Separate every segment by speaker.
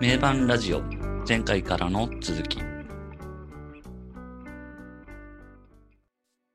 Speaker 1: 名盤ラジオ前回からの続き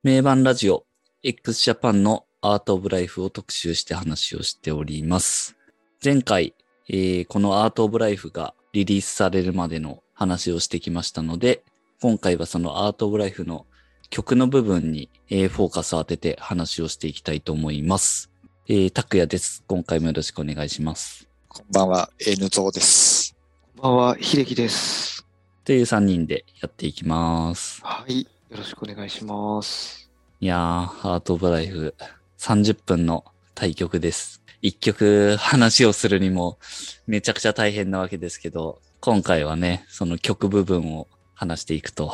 Speaker 1: 名盤ラジオ x ジャパンのアート・オブ・ライフを特集して話をしております前回、えーこのアート・オブ・ライフがリリースされるまでの話をしてきましたので今回はそのアート・オブ・ライフの曲の部分に、えーフォーカスを当てて話をしていきたいと思います。えー、拓也です。今回もよろしくお願いします。
Speaker 2: こんばんは、N ゾウです。
Speaker 3: こんばんは、秀樹です。
Speaker 1: という3人でやっていきます。
Speaker 3: はい、よろしくお願いします。
Speaker 1: いやー、アート・オブ・ライフ30分の対局です。一曲話をするにもめちゃくちゃ大変なわけですけど、今回はね、その曲部分を話していくと。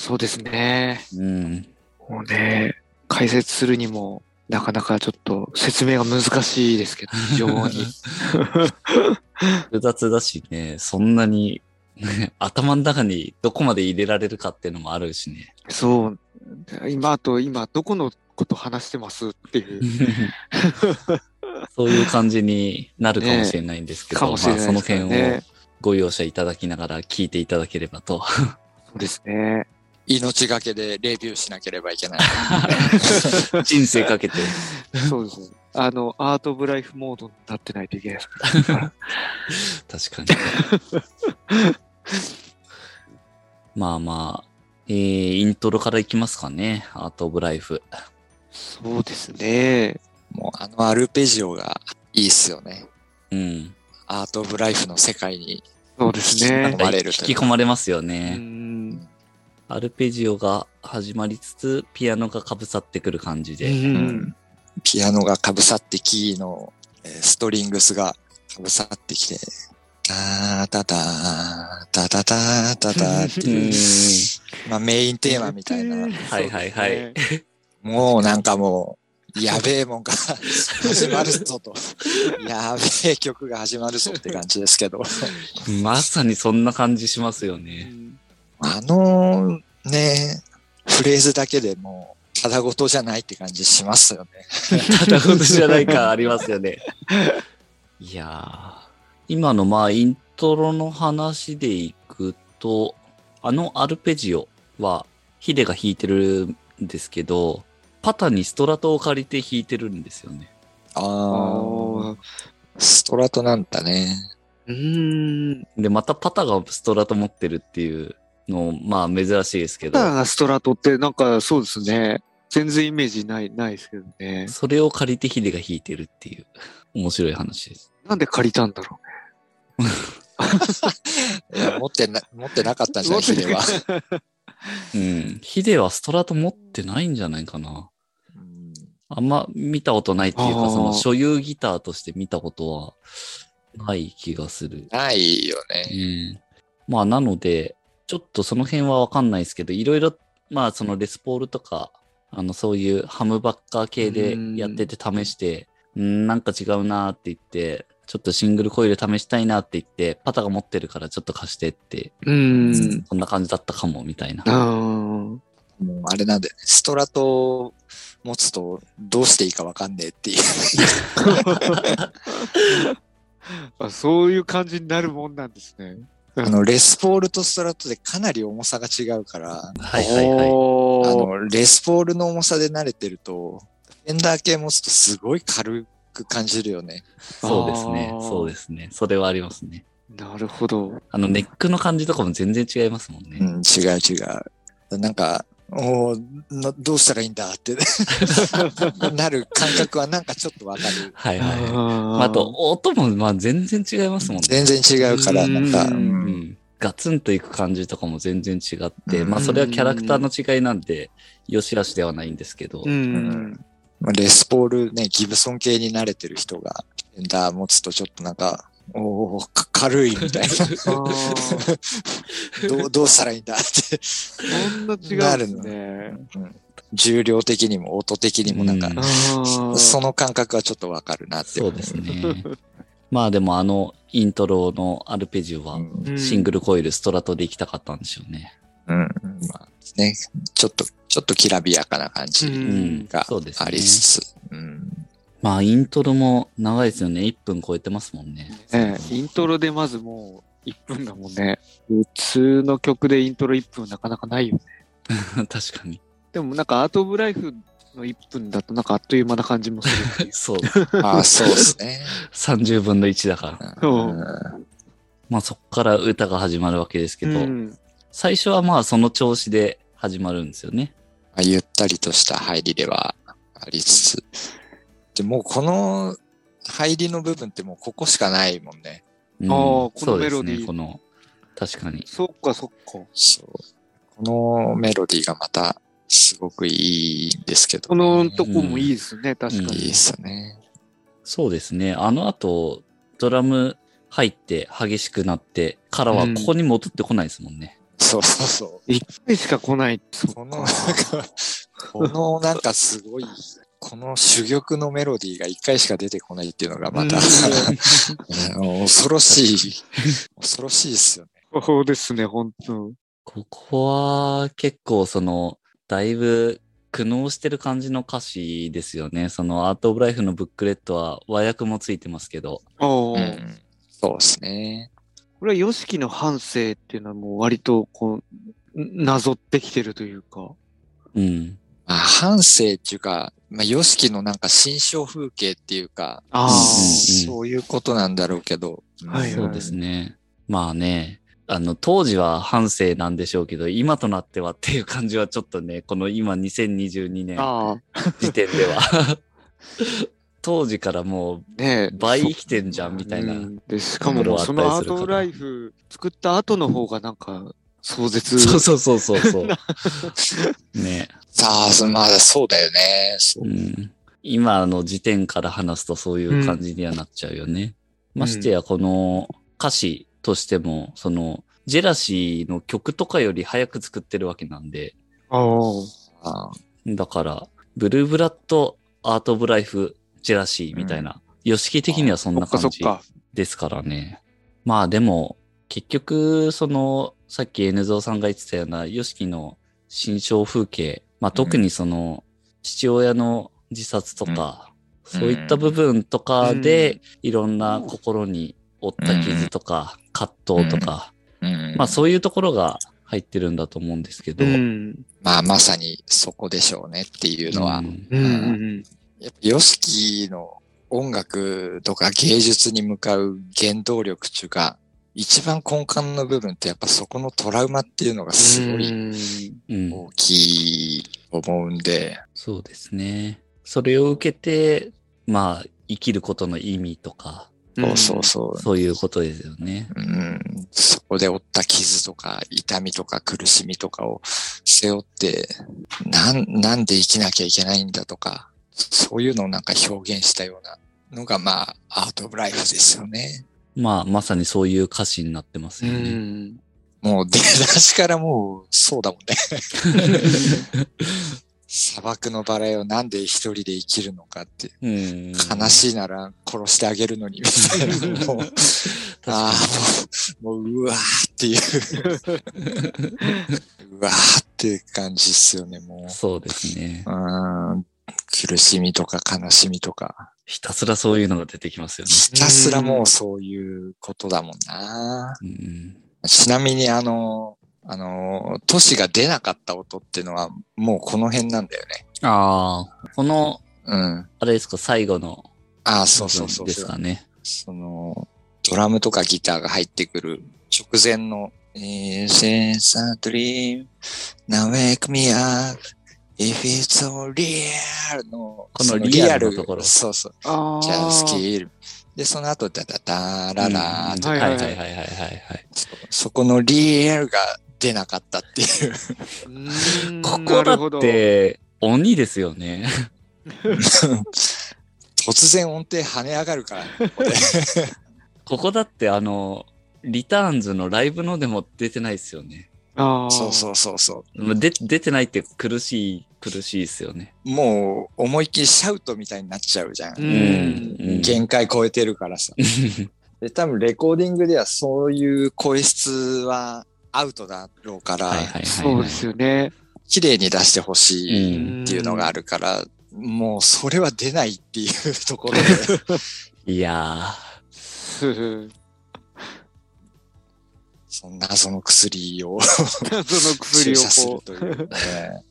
Speaker 3: そうですね。
Speaker 1: うん。
Speaker 3: もうね、解説するにも、なかなかちょっと説明が難しいです けど、非常に。
Speaker 1: 複雑だしね、そんなに、 ね、頭の中にどこまで入れられるかっていうのもあるし ね。
Speaker 3: そう、今あと今、どこのこと話してますっていう、
Speaker 1: そういう感じになるかもしれないんですけど、
Speaker 3: かもし
Speaker 1: ま
Speaker 3: れ
Speaker 1: あ
Speaker 3: な
Speaker 1: そ
Speaker 3: い
Speaker 1: の
Speaker 3: ですから
Speaker 1: 辺を
Speaker 3: ね。
Speaker 1: ご容赦いただきながら聞いていただければと。
Speaker 3: そうですね。
Speaker 2: 命がけでレビューしなければいけない。
Speaker 1: 人生かけて。
Speaker 3: そうですね。あの、アート・オブ・ライフモードになってないといけないですから。
Speaker 1: 確かに。まあまあ、えー、イントロからいきますかね。アート・オブ・ライフ。
Speaker 3: そうですね。
Speaker 2: もうあのアルペジオがいいっすよね。
Speaker 1: うん。
Speaker 2: アート・オブ・ライフの世界に。
Speaker 3: そうですね。
Speaker 2: 生まれる
Speaker 1: 引
Speaker 2: という
Speaker 1: き込まれますよ
Speaker 3: う
Speaker 1: ね。
Speaker 3: ん。
Speaker 1: アルペジオが始まりつつ、ピアノがかぶさってくる感じ
Speaker 3: う
Speaker 1: で。
Speaker 3: ん。
Speaker 2: ピアノがかぶさってキーのえーストリングスがかぶさってきて、タタタタタタタタっていうう、
Speaker 1: ん
Speaker 2: まあ、メインテーマみたいな。
Speaker 1: はいはいはい
Speaker 3: そうですね
Speaker 2: もうなんかもう、やべえもんが始まるぞと。やべえ曲が始まるぞって感じですけど。
Speaker 1: まさにそんな感じしますよね。
Speaker 2: あのね、フレーズだけでもう、ただごとじゃないって感じしますよね。
Speaker 1: ただことじゃない感ありますよね。いやー、今のまあイントロの話でいくと、あのアルペジオはヒデが弾いてるんですけど、パタにストラトを借りて弾いてるんですよね。
Speaker 3: あ
Speaker 2: ああ、
Speaker 3: ー
Speaker 2: ストラトなんだね。
Speaker 3: うーん。
Speaker 1: で、またパタがストラト持ってるっていうの、まあ珍しいですけど
Speaker 3: ギ、ターがストラトってなんかそうですね。全然イメージない、ないですけどね。
Speaker 1: それを借りてヒデが弾いてるっていう面白い話です。
Speaker 3: なんで借りたんだろ
Speaker 2: いや持って な、持ってなかったん
Speaker 3: う。
Speaker 2: じゃないヒ デは。
Speaker 1: うん。ヒデはストラト持ってないんじゃないかな。
Speaker 2: うん
Speaker 1: あんま見たことないっていう
Speaker 3: あ
Speaker 1: か、
Speaker 3: ー
Speaker 1: その所有ギターとして見たことはない気がする。
Speaker 2: ないよ
Speaker 1: う
Speaker 2: ね。
Speaker 1: ん。まあ、なので、ちょっとその辺はわかんないですけど、いろいろ、まあ、そのレスポールとか、あの、そういうハムバッカー系でやってて試して、うん、なんか違うなーって言って、ちょっとシングルコイル試したいなって言って、パタが持ってるからちょっと貸してって、
Speaker 3: うーん。
Speaker 1: そんな感じだったかも、みたいな。
Speaker 3: あ
Speaker 2: もうあれなんだよね。ストラトを持つとどうしていいかわかんねえ っていう。
Speaker 3: ー あ。そういう感じになるもんなんですね。
Speaker 2: あの、レスポールとストラトでかなり重さが違うから、
Speaker 1: はいはいはい。
Speaker 3: お
Speaker 2: あ
Speaker 3: ー
Speaker 2: の、レスポールの重さで慣れてると、フェンダー系持つとすごい軽く感じるよね。
Speaker 1: そうですね
Speaker 3: あ。ー
Speaker 1: そうですね。それはありますね。
Speaker 3: なるほど。
Speaker 1: あの、ネックの感じとかも全然違いますもん
Speaker 2: う
Speaker 1: ね。
Speaker 2: ん、違う違う。なんか、おーなどうしたらいいんだ ってなる感覚はなんかちょっとわかる。
Speaker 1: はいはいはい。まあ、
Speaker 3: あ
Speaker 1: あと、、音も、まあ、全然違いますもんね。
Speaker 2: 全然違うから、なんか、
Speaker 3: う
Speaker 1: うんん。ガツンといく感じとかも全然違って、
Speaker 2: うん
Speaker 1: まあ、それはキャラクターの違いなんで、よしあしではないんですけど
Speaker 3: う、
Speaker 2: うん
Speaker 3: ん。
Speaker 2: まあレスポールね、ギブソン系に慣れてる人が、フェンダー持つとちょっとなんか、おーか軽いみた い
Speaker 3: あー
Speaker 2: などう。どうしたらいいんだって。
Speaker 3: そんな違う
Speaker 2: な
Speaker 3: んで
Speaker 2: る
Speaker 3: す
Speaker 2: の
Speaker 3: ね。
Speaker 2: 重量的にも音的にもなんか
Speaker 1: うん、
Speaker 3: あ
Speaker 2: そ
Speaker 3: ー
Speaker 2: その感覚はちょっとわかるなって。
Speaker 1: そうです ね。まあ、でも、あの、イントロのアルペジオ
Speaker 2: う
Speaker 1: は、
Speaker 2: ん
Speaker 3: うん
Speaker 1: シングルコイル、ストラトで行きたかったんでしょうね。
Speaker 2: うん。まあね、ちょっと、ちょっときらびやかな感
Speaker 3: う
Speaker 2: じ
Speaker 1: うんん
Speaker 2: が。
Speaker 1: そうです
Speaker 2: あり
Speaker 1: ね。
Speaker 2: つつ。うん。
Speaker 1: まあ、イントロも長いですよね。1分超えてますもんね。
Speaker 3: ねえイントロでまずもう1分だもんね。普通の曲でイントロ1分なかなかないよね。
Speaker 1: 確かに。
Speaker 3: でもなんかアート・オブ・ライフの1分だとなんかあっという間な感じもするっていう
Speaker 1: そう。
Speaker 2: ああ、そうですね。
Speaker 1: 30分の1だから。
Speaker 3: そう
Speaker 2: うん
Speaker 1: まあ、そっから歌が始まるわけですけど、
Speaker 3: うん
Speaker 1: 最初はまあ、その調子で始まるんですよね。
Speaker 2: まあゆったりとした入りではありつつ。でもうこの入りの部分ってもうここしかないもんね。
Speaker 1: うん
Speaker 3: あーこの
Speaker 1: そうですね
Speaker 3: メロディー
Speaker 1: この、確かに。
Speaker 3: そっかそっか。
Speaker 2: そう。このメロディーがまたすごくいいんですけど、
Speaker 3: このとこもいいですね、確か
Speaker 2: いい
Speaker 3: に
Speaker 2: で。すね。
Speaker 1: そうですね。あの後、ドラム入って激しくなってからは、ここに戻ってこないですもんね。
Speaker 2: そうそうそう。
Speaker 3: 1回しか来ない。そっ
Speaker 2: こ
Speaker 3: か
Speaker 2: のなんか、このなんかすごい、この珠玉のメロディーが一回しか出てこないっていうのがまた、あの 恐ろしい、恐ろしいですよね。
Speaker 3: そうですね、本当
Speaker 1: ここは結構その、だいぶ苦悩してる感じの歌詞ですよね。そのアート・オブ・ライフのブックレットは和訳もついてますけど、
Speaker 3: ああ、
Speaker 2: うん、そうですね。
Speaker 3: これは YOSHIKI の半生っていうのはもう割とこう、んなぞってきてるというか。
Speaker 1: うん。
Speaker 2: まあ、反省っていうか、まあ、ヨシキのなんか新象風景っていうか、
Speaker 3: ああ、
Speaker 2: そういうことなんだろうけど。
Speaker 3: はい
Speaker 1: そ
Speaker 3: は
Speaker 1: う
Speaker 3: い
Speaker 1: ですね。まあね、あの、当時は反省なんでしょうけど、今となってはっていう感じはちょっとね、この今2022年
Speaker 3: ああ、
Speaker 1: 時点で は。当時からも
Speaker 3: ねえ
Speaker 1: う倍生きてんじゃんみたいな。
Speaker 3: うんで、しかももうそのアートオブライフ作った後の方がなんか壮絶。
Speaker 1: そうそうそうそうそう。ね、
Speaker 2: さあ、そまあ、そうだよね。そう
Speaker 1: うん。今の時点から話すとそういう感じにはなっちゃうよね。
Speaker 3: うん
Speaker 1: ましてや、この歌詞としても、その、ジェラシーの曲とかより早く作ってるわけなんで、
Speaker 3: ああ。
Speaker 2: あー
Speaker 1: だから、ブルーブラッド、アート・オブ・ライフ、ジェラシーみたいな、様式的にはそん
Speaker 3: そ
Speaker 1: な
Speaker 3: っか
Speaker 1: 感
Speaker 3: そっ
Speaker 1: じ。
Speaker 3: か。
Speaker 1: ですからね。まあでも、結局、その、さっき N ゾウさんが言ってたような、ヨシキの心象風景、まあ特にその、父親の自殺とか、
Speaker 2: うん
Speaker 1: そういった部分とかで、いろんな心に負った傷とか、葛藤とか、
Speaker 2: うん
Speaker 1: まあそういうところが入ってるんだと思うんですけど、
Speaker 3: うん。
Speaker 2: まあ、まさにそこでしょうねっていうのは、
Speaker 1: うん
Speaker 3: うんうん
Speaker 2: やっぱ YOSHIKI の音楽とか芸術に向かう原動力っていうか、一番根幹の部分ってやっぱそこのトラウマっていうのがすごい
Speaker 3: い。
Speaker 1: うん
Speaker 2: 大きいと思うんで、
Speaker 1: そうですね。それを受けて、まあ生きることの意味とか、
Speaker 2: そうそうそう。
Speaker 1: そういうことですよね。
Speaker 2: うん、そこで負った傷とか痛みとか苦しみとかを背負って、なん、なんで生きなきゃいけないんだとか、そういうのをなんか表現したようなのがまあ、アートオブライフですよね。
Speaker 1: まあ、まさにそういう歌詞になってます
Speaker 3: う
Speaker 1: よね。
Speaker 3: ん。
Speaker 2: もう出だしからもう、そうだもんね。砂漠のバラをなんで一人で生きるのかって、
Speaker 1: うん。
Speaker 2: 悲しいなら殺してあげるのに、みたいな。もう、 ああ、もう、もう、うわーっていう。うわーっていう感じっすよね、もう。
Speaker 1: そうですね。
Speaker 2: うーん苦しみとか悲しみとか、
Speaker 1: ひたすらそういうのが出てきますよね。
Speaker 2: ひたすらもうそういうことだもんな。
Speaker 1: うん、
Speaker 2: ちなみにあの、あの、都市が出なかった音ってのはもうこの辺なんだよね。
Speaker 1: ああ、この、
Speaker 2: うん。
Speaker 1: あれですか、最後の
Speaker 2: ああ、
Speaker 1: 部
Speaker 2: そうそうそ
Speaker 1: 分
Speaker 2: う
Speaker 1: ですかね。
Speaker 2: その、ドラムとかギターが入ってくる直前の、Is this a dream? Now wake me up if it's all real の、
Speaker 1: この
Speaker 2: そ
Speaker 1: リアルのところ
Speaker 2: そうそう。
Speaker 3: ああ。
Speaker 2: じゃあ、スキー。で、その後、ダダダララー
Speaker 1: うん
Speaker 2: と
Speaker 1: は
Speaker 2: か、
Speaker 1: い
Speaker 3: い
Speaker 1: は
Speaker 3: はいい
Speaker 1: は
Speaker 3: は
Speaker 1: は
Speaker 3: いい
Speaker 1: いはいはい。
Speaker 2: そそこのリアルが出なかったっていう。
Speaker 3: うん
Speaker 1: ここだっ。て、鬼ですよね。
Speaker 2: 突然音程跳ね上が るから。
Speaker 1: ここだって、あの、リターンズのライブのでも出てないですよね。
Speaker 3: ああ。。
Speaker 2: そうそううそうそう。
Speaker 1: まあで出てないって苦しい、苦しいですよ ね。
Speaker 2: もう、思いっきりシャウトみたいになっちゃうじゃ。
Speaker 3: うんん。
Speaker 1: うん
Speaker 2: 限界超えてるからさ。で、多分レコーディングではそういう声質はアウトだろうから、
Speaker 1: はいはいはいはい。
Speaker 3: そうですよね。
Speaker 2: 綺麗に出してほしい
Speaker 1: うん
Speaker 2: っていうのがあるから、もうそれは出ないっていうところで、
Speaker 1: いや
Speaker 3: そ
Speaker 2: そんな謎の薬を
Speaker 3: の
Speaker 2: 注
Speaker 3: 薬
Speaker 2: 射する
Speaker 3: をこと
Speaker 2: いう、ね。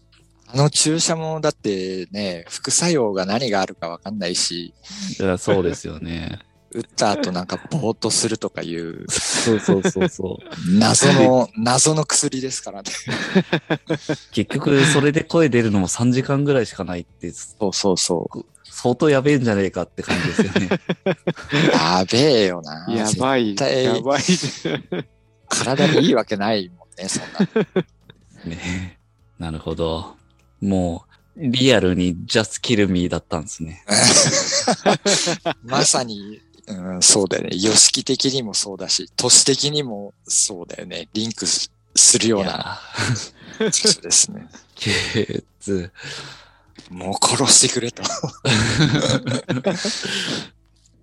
Speaker 2: あの注射もだってね、副作用が何があるかわかんないし、
Speaker 1: ー、いやそうですよね。
Speaker 2: 打った後なんかぼーっとするとかいう
Speaker 1: そうそうそうそう。
Speaker 2: 謎の、謎の薬ですからね。
Speaker 1: 結局、それで声出るのも3時間ぐらいしかないって、
Speaker 2: そうそうそ
Speaker 1: 相当やべえんじゃねえかって感じですよね。
Speaker 2: う。やべえよな。
Speaker 3: う、やばい、
Speaker 2: 絶対
Speaker 3: やばい。
Speaker 2: 体にいいわけないもんね、そんな。
Speaker 1: ねえなるほど。もう、リアルに just kill me だったんですね。
Speaker 2: まさに、 うん、そうだよね。様式的にもそうだし、都市的にもそうだよね。リンクするよう
Speaker 1: い
Speaker 2: な
Speaker 1: や
Speaker 2: そうですね。
Speaker 1: ー、つ
Speaker 2: もう殺してくれと。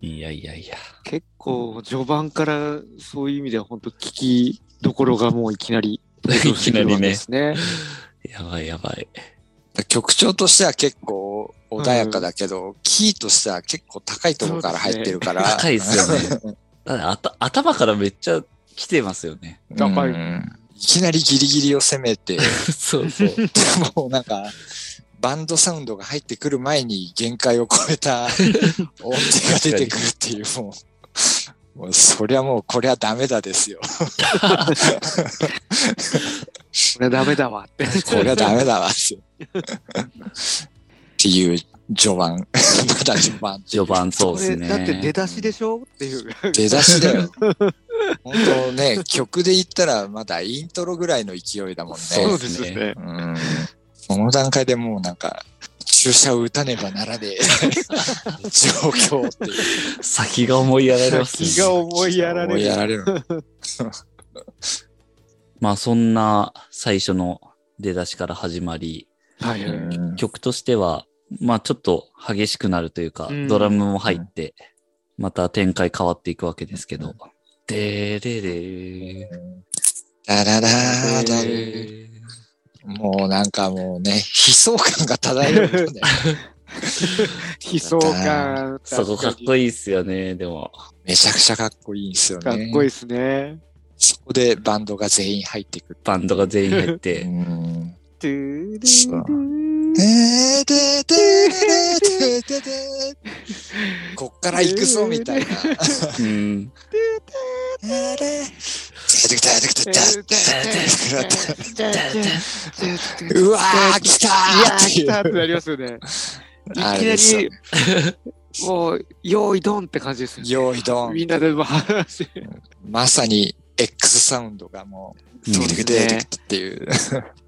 Speaker 1: いやいやいや。
Speaker 3: 結構、序盤からそういう意味では本当聞きどころがもういきなり、
Speaker 1: いきなりね
Speaker 3: で。すね。
Speaker 1: やばいやばい。
Speaker 2: 曲調としては結構穏やかだけど、キーとしては結構高いところから入ってるから。
Speaker 1: 高いですよね。だってあた頭からめっちゃ来てますよね。
Speaker 2: うん
Speaker 3: 高い
Speaker 2: いきなりギリギリを攻めて、
Speaker 1: そうそう。
Speaker 2: もうなんか、バンドサウンドが入ってくる前に限界を超えた音程が出てくるっていう、もう、もうそりゃもうこれはダメだですよ。
Speaker 3: これダメだわって。
Speaker 2: これはダメだわって。っていう序 盤。まだ序盤。
Speaker 1: 序盤そうですね。
Speaker 3: これだって出だしでしょっていう。
Speaker 2: 出だしだよ。本当ね、曲で言ったらまだイントロぐらいの勢いだもんね。
Speaker 1: そうですね
Speaker 2: うんその段階でもうなんか、注射を打たねばならねえ状況っていう。
Speaker 1: 先が思いやられますね。
Speaker 3: 先が思いやられる
Speaker 2: 思いやられる。
Speaker 1: まあそんな最初の出だしから始まり、
Speaker 3: はいうはい。
Speaker 2: ん
Speaker 1: 曲としては、まあちょっと激しくなるというか、
Speaker 3: うん
Speaker 1: ドラムも入って、また展開変わっていくわけですけ
Speaker 2: う
Speaker 1: ど。でーれれ
Speaker 2: だららーだる。
Speaker 1: ー。
Speaker 2: もうなんかもうね、悲壮感が漂うよ ね。
Speaker 3: 悲壮感。
Speaker 1: そこかっこいいっすよね、でも。
Speaker 2: めちゃくちゃかっこいいんですよね。
Speaker 3: かっこいいですね。
Speaker 2: そこでバンドが全員入ってくる。
Speaker 1: バンドが全員入っ
Speaker 2: う
Speaker 1: て、
Speaker 2: ん
Speaker 3: トゥルルル
Speaker 2: そうえーでーでーでーでーでーこっから行くぞみたいな。
Speaker 1: うん、
Speaker 2: えーでー出てきた出てきた出てきた出てきたうわー来た
Speaker 3: いやー、
Speaker 2: ーってい
Speaker 3: 来
Speaker 2: う
Speaker 3: たってなりますよね。いき
Speaker 2: あれで
Speaker 3: な
Speaker 2: すよ
Speaker 3: り、もう、用意ドンって感じですよね。
Speaker 2: 用意ドン
Speaker 3: みんなでも話し
Speaker 2: まさに X サウンドがもう、
Speaker 1: うん
Speaker 2: 出てくる出てくるっていう。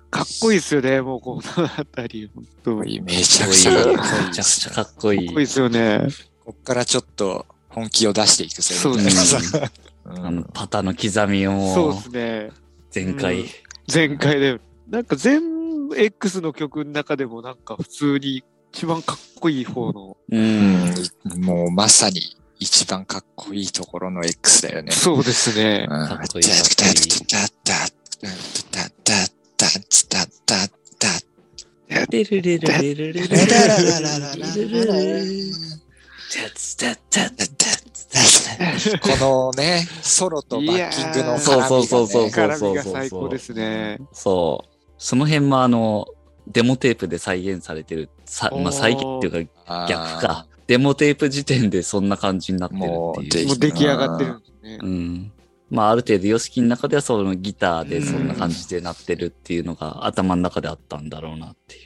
Speaker 3: かっこいいですよね、もうこのあたり。本当に。
Speaker 2: めちゃくちゃかっこいい
Speaker 1: めちゃくちゃかっこ
Speaker 3: か
Speaker 1: い
Speaker 3: っ
Speaker 1: い
Speaker 3: こいい。ですよね。
Speaker 2: こっからちょっと本気を出していくぜ。
Speaker 3: そう
Speaker 1: で
Speaker 2: み
Speaker 1: す
Speaker 2: たいな
Speaker 1: あ
Speaker 2: う
Speaker 1: の
Speaker 2: ん
Speaker 1: パタの刻みを
Speaker 3: そ
Speaker 1: も
Speaker 3: うですね。
Speaker 1: 全開、
Speaker 3: うん前回で。なんか全部 X の曲の中でもなんか普通に一番かっこいい方の。
Speaker 1: うん
Speaker 2: うんもうまさに一番かっこいいところの X だよね。
Speaker 3: そうですね。
Speaker 2: か
Speaker 1: っこいい
Speaker 2: だ
Speaker 1: かっこでるれるれるれるれる
Speaker 2: このね、ソロとバッキングの絡みが、ね、
Speaker 1: そうそうそうそう
Speaker 3: 絡みが最高ですね。
Speaker 1: そうその辺もあのデモテープで再現されてるさ、まあ、再現っていうか
Speaker 2: あー
Speaker 1: 逆かデモテープ時点でそんな感じになってる
Speaker 2: もう
Speaker 1: っていう
Speaker 2: で
Speaker 3: もう出来上がってるんですね。
Speaker 1: うんまあある程度 YOSHIKI の中ではそのギターでそんな感じでなってるっていうのが頭の中であったんだろうなっていう。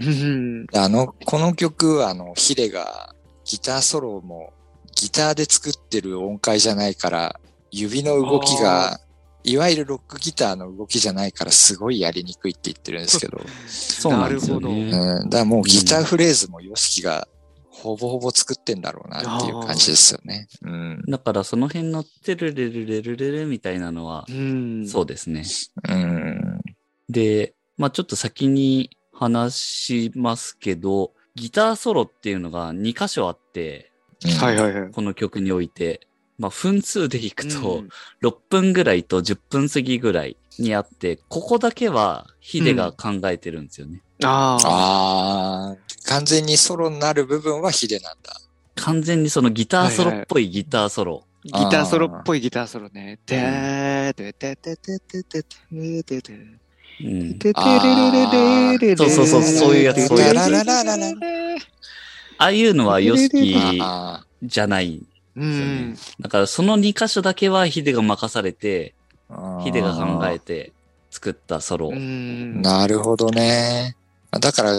Speaker 3: うん
Speaker 2: あの、この曲は、あの、ヒデがギターソロもギターで作ってる音階じゃないから、指の動きが、いわゆるロックギターの動きじゃないから、すごいやりにくいって言ってるんですけど、
Speaker 1: そうなんですよ
Speaker 2: う
Speaker 1: ね。
Speaker 2: ん、だからもうギターフレーズも YOSHIKI がほぼほぼ作ってんだろうなっていう感じですよね。うん。
Speaker 1: だからその辺のテルレルレルレルみたいなのは、
Speaker 3: うん。
Speaker 1: そうですね。
Speaker 2: うん。
Speaker 1: で、まあちょっと先に話しますけど、ギターソロっていうのが2箇所あって、
Speaker 3: はい
Speaker 2: い。
Speaker 3: はいはい。
Speaker 1: この曲において、まあ分数でいく
Speaker 3: う
Speaker 1: と
Speaker 3: ん、
Speaker 1: 6分ぐらいと10分過ぎぐらいにあって、ここだけはヒデが考えてるんですよね。
Speaker 3: ああ。
Speaker 2: ああ、完全にソロになる部分はヒデなんだ。
Speaker 1: 完全にそのギターソロっぽいギターソロ。
Speaker 3: ギターソロっぽいギターソロね。てーててててててててててて
Speaker 1: うん
Speaker 3: てれれれれれ
Speaker 1: そうそうそうそういうやつそういうやつ
Speaker 3: ララララララ
Speaker 1: ああいうのはヨシキ
Speaker 2: あ
Speaker 1: じゃない。
Speaker 3: うん。
Speaker 1: だからその2箇所だけはヒデが任されて、
Speaker 2: あ
Speaker 1: ヒデが考えて作ったソロ。
Speaker 3: うん。
Speaker 2: なるほどね。だから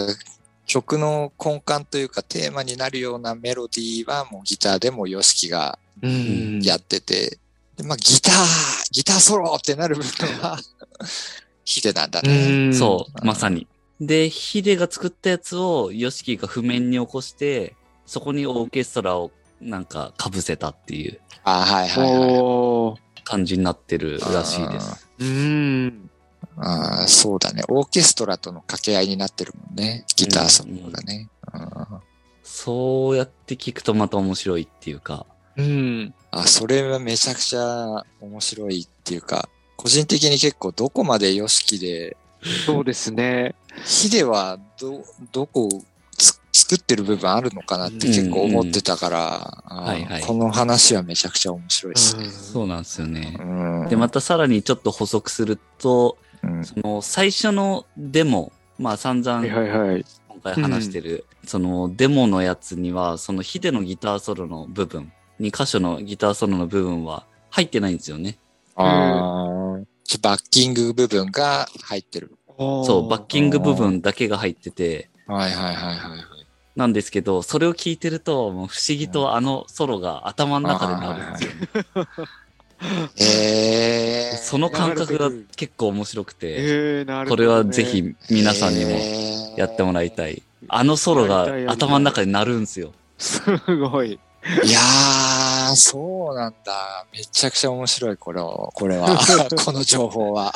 Speaker 2: 曲の根幹というかテーマになるようなメロディーはもうギターでも YOSHIKI が
Speaker 3: うん。
Speaker 2: やってて、でまあ、ギターギターソロってなる部分は ヒデなんだ
Speaker 3: う
Speaker 2: ね。
Speaker 3: ん。
Speaker 1: そう、
Speaker 2: うん
Speaker 1: まさに。で、ヒデが作ったやつをヨシキが譜面に起こして、そこにオーケストラをなんか被せたっていう
Speaker 2: あはいはいはい。
Speaker 3: おー。
Speaker 1: 感じになってるらしいです。
Speaker 3: うん。
Speaker 2: あーそうだね。オーケストラとの掛け合いになってるもんね。ギターソロがね。うん
Speaker 1: そうやって聞くとまた面白いっていうか。
Speaker 3: うん。
Speaker 2: あ、それはめちゃくちゃ面白いっていうか、個人的に結構どこまで YOSHIKI で
Speaker 3: そうですね。
Speaker 2: ヒデはど、どこをつ作ってる部分あるのかなって結構思ってたから、あ
Speaker 1: はいはい
Speaker 2: この話はめちゃくちゃ面白いですね。
Speaker 1: そうなんですよね。
Speaker 2: うん
Speaker 1: で、またさらにちょっと補足すると、
Speaker 2: うん
Speaker 1: その最初のデモ、まあ散々
Speaker 3: はいはいはい。
Speaker 1: 今回話してる、そのデモのやつには、そのヒデのギターソロの部分、2箇所のギターソロの部分は入ってないんですよね。
Speaker 2: あーちょバッキング部分が入ってる。
Speaker 1: そう、バッキング部分だけが入ってて、
Speaker 2: はいはいはいはい。
Speaker 1: なんですけど、それを聞いてると、もう不思議とあのソロが頭の中でなるんですよね。
Speaker 2: えー、
Speaker 1: その感覚が結構面白くて、
Speaker 3: えー、なる
Speaker 1: こ
Speaker 3: ほどね
Speaker 1: れはぜひ皆さんにも
Speaker 2: も
Speaker 1: やってもらいたい。あのソロ
Speaker 3: やりたいやり
Speaker 1: が
Speaker 3: たい
Speaker 1: 頭の中で鳴るんですよ。
Speaker 3: すごい。
Speaker 2: いやー、そうなんだ。めちゃくちゃ面白い、これをこ れは。この情報は。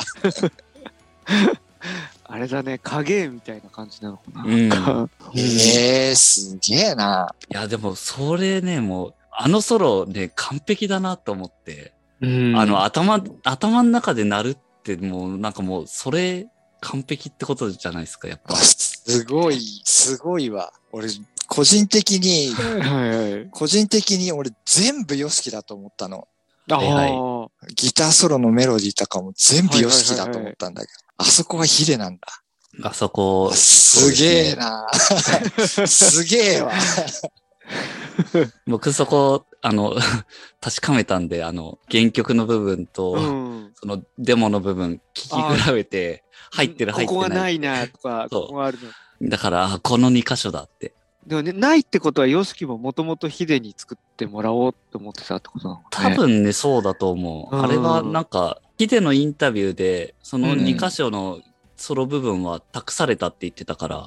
Speaker 3: あれだね、影絵みたいな感じなのかな。
Speaker 1: うん
Speaker 3: なんか
Speaker 2: えー、すげえな。
Speaker 1: いや、でもそれね、もう、あのソロね、完璧だなと思って、
Speaker 3: うん
Speaker 1: あの、頭、頭の中で鳴るってもう、なんかもう、それ、完璧ってことじゃないですか、やっぱ
Speaker 2: わ。すごい、すごいわ。俺、個人的に、
Speaker 3: はいはい。
Speaker 2: 個人的に俺全部 YOSHIKI だと思ったの。
Speaker 3: あ
Speaker 1: はいはい
Speaker 3: ー
Speaker 2: ギターソロのメロディーとかも全部
Speaker 3: はいはいはい
Speaker 2: YOSHIKI だと思ったんだけど。あそこはヒデなんだ。
Speaker 1: あそこ、
Speaker 2: すげえな。す げえわ。
Speaker 1: 僕そこ、あの、 確かめたんで、あの、原曲の部分と、
Speaker 3: うん。
Speaker 1: そのデモの部分聞き比べて、入ってる入って
Speaker 3: ここ
Speaker 1: な
Speaker 3: が
Speaker 1: い。
Speaker 3: ないなとか、
Speaker 1: そう
Speaker 3: ここがあるの。
Speaker 1: だから、あこの2箇所だって。
Speaker 3: でもね、ないってことは、ヨシキももともとヒデに作ってもらおうと思ってたってことなのか
Speaker 1: 多
Speaker 3: ね。
Speaker 1: 分ね、そうだと思う。
Speaker 3: うん
Speaker 1: あれはなんか、ヒデのインタビューで、その
Speaker 3: うん
Speaker 1: 2箇所のソロ部分は託されたって言ってたから、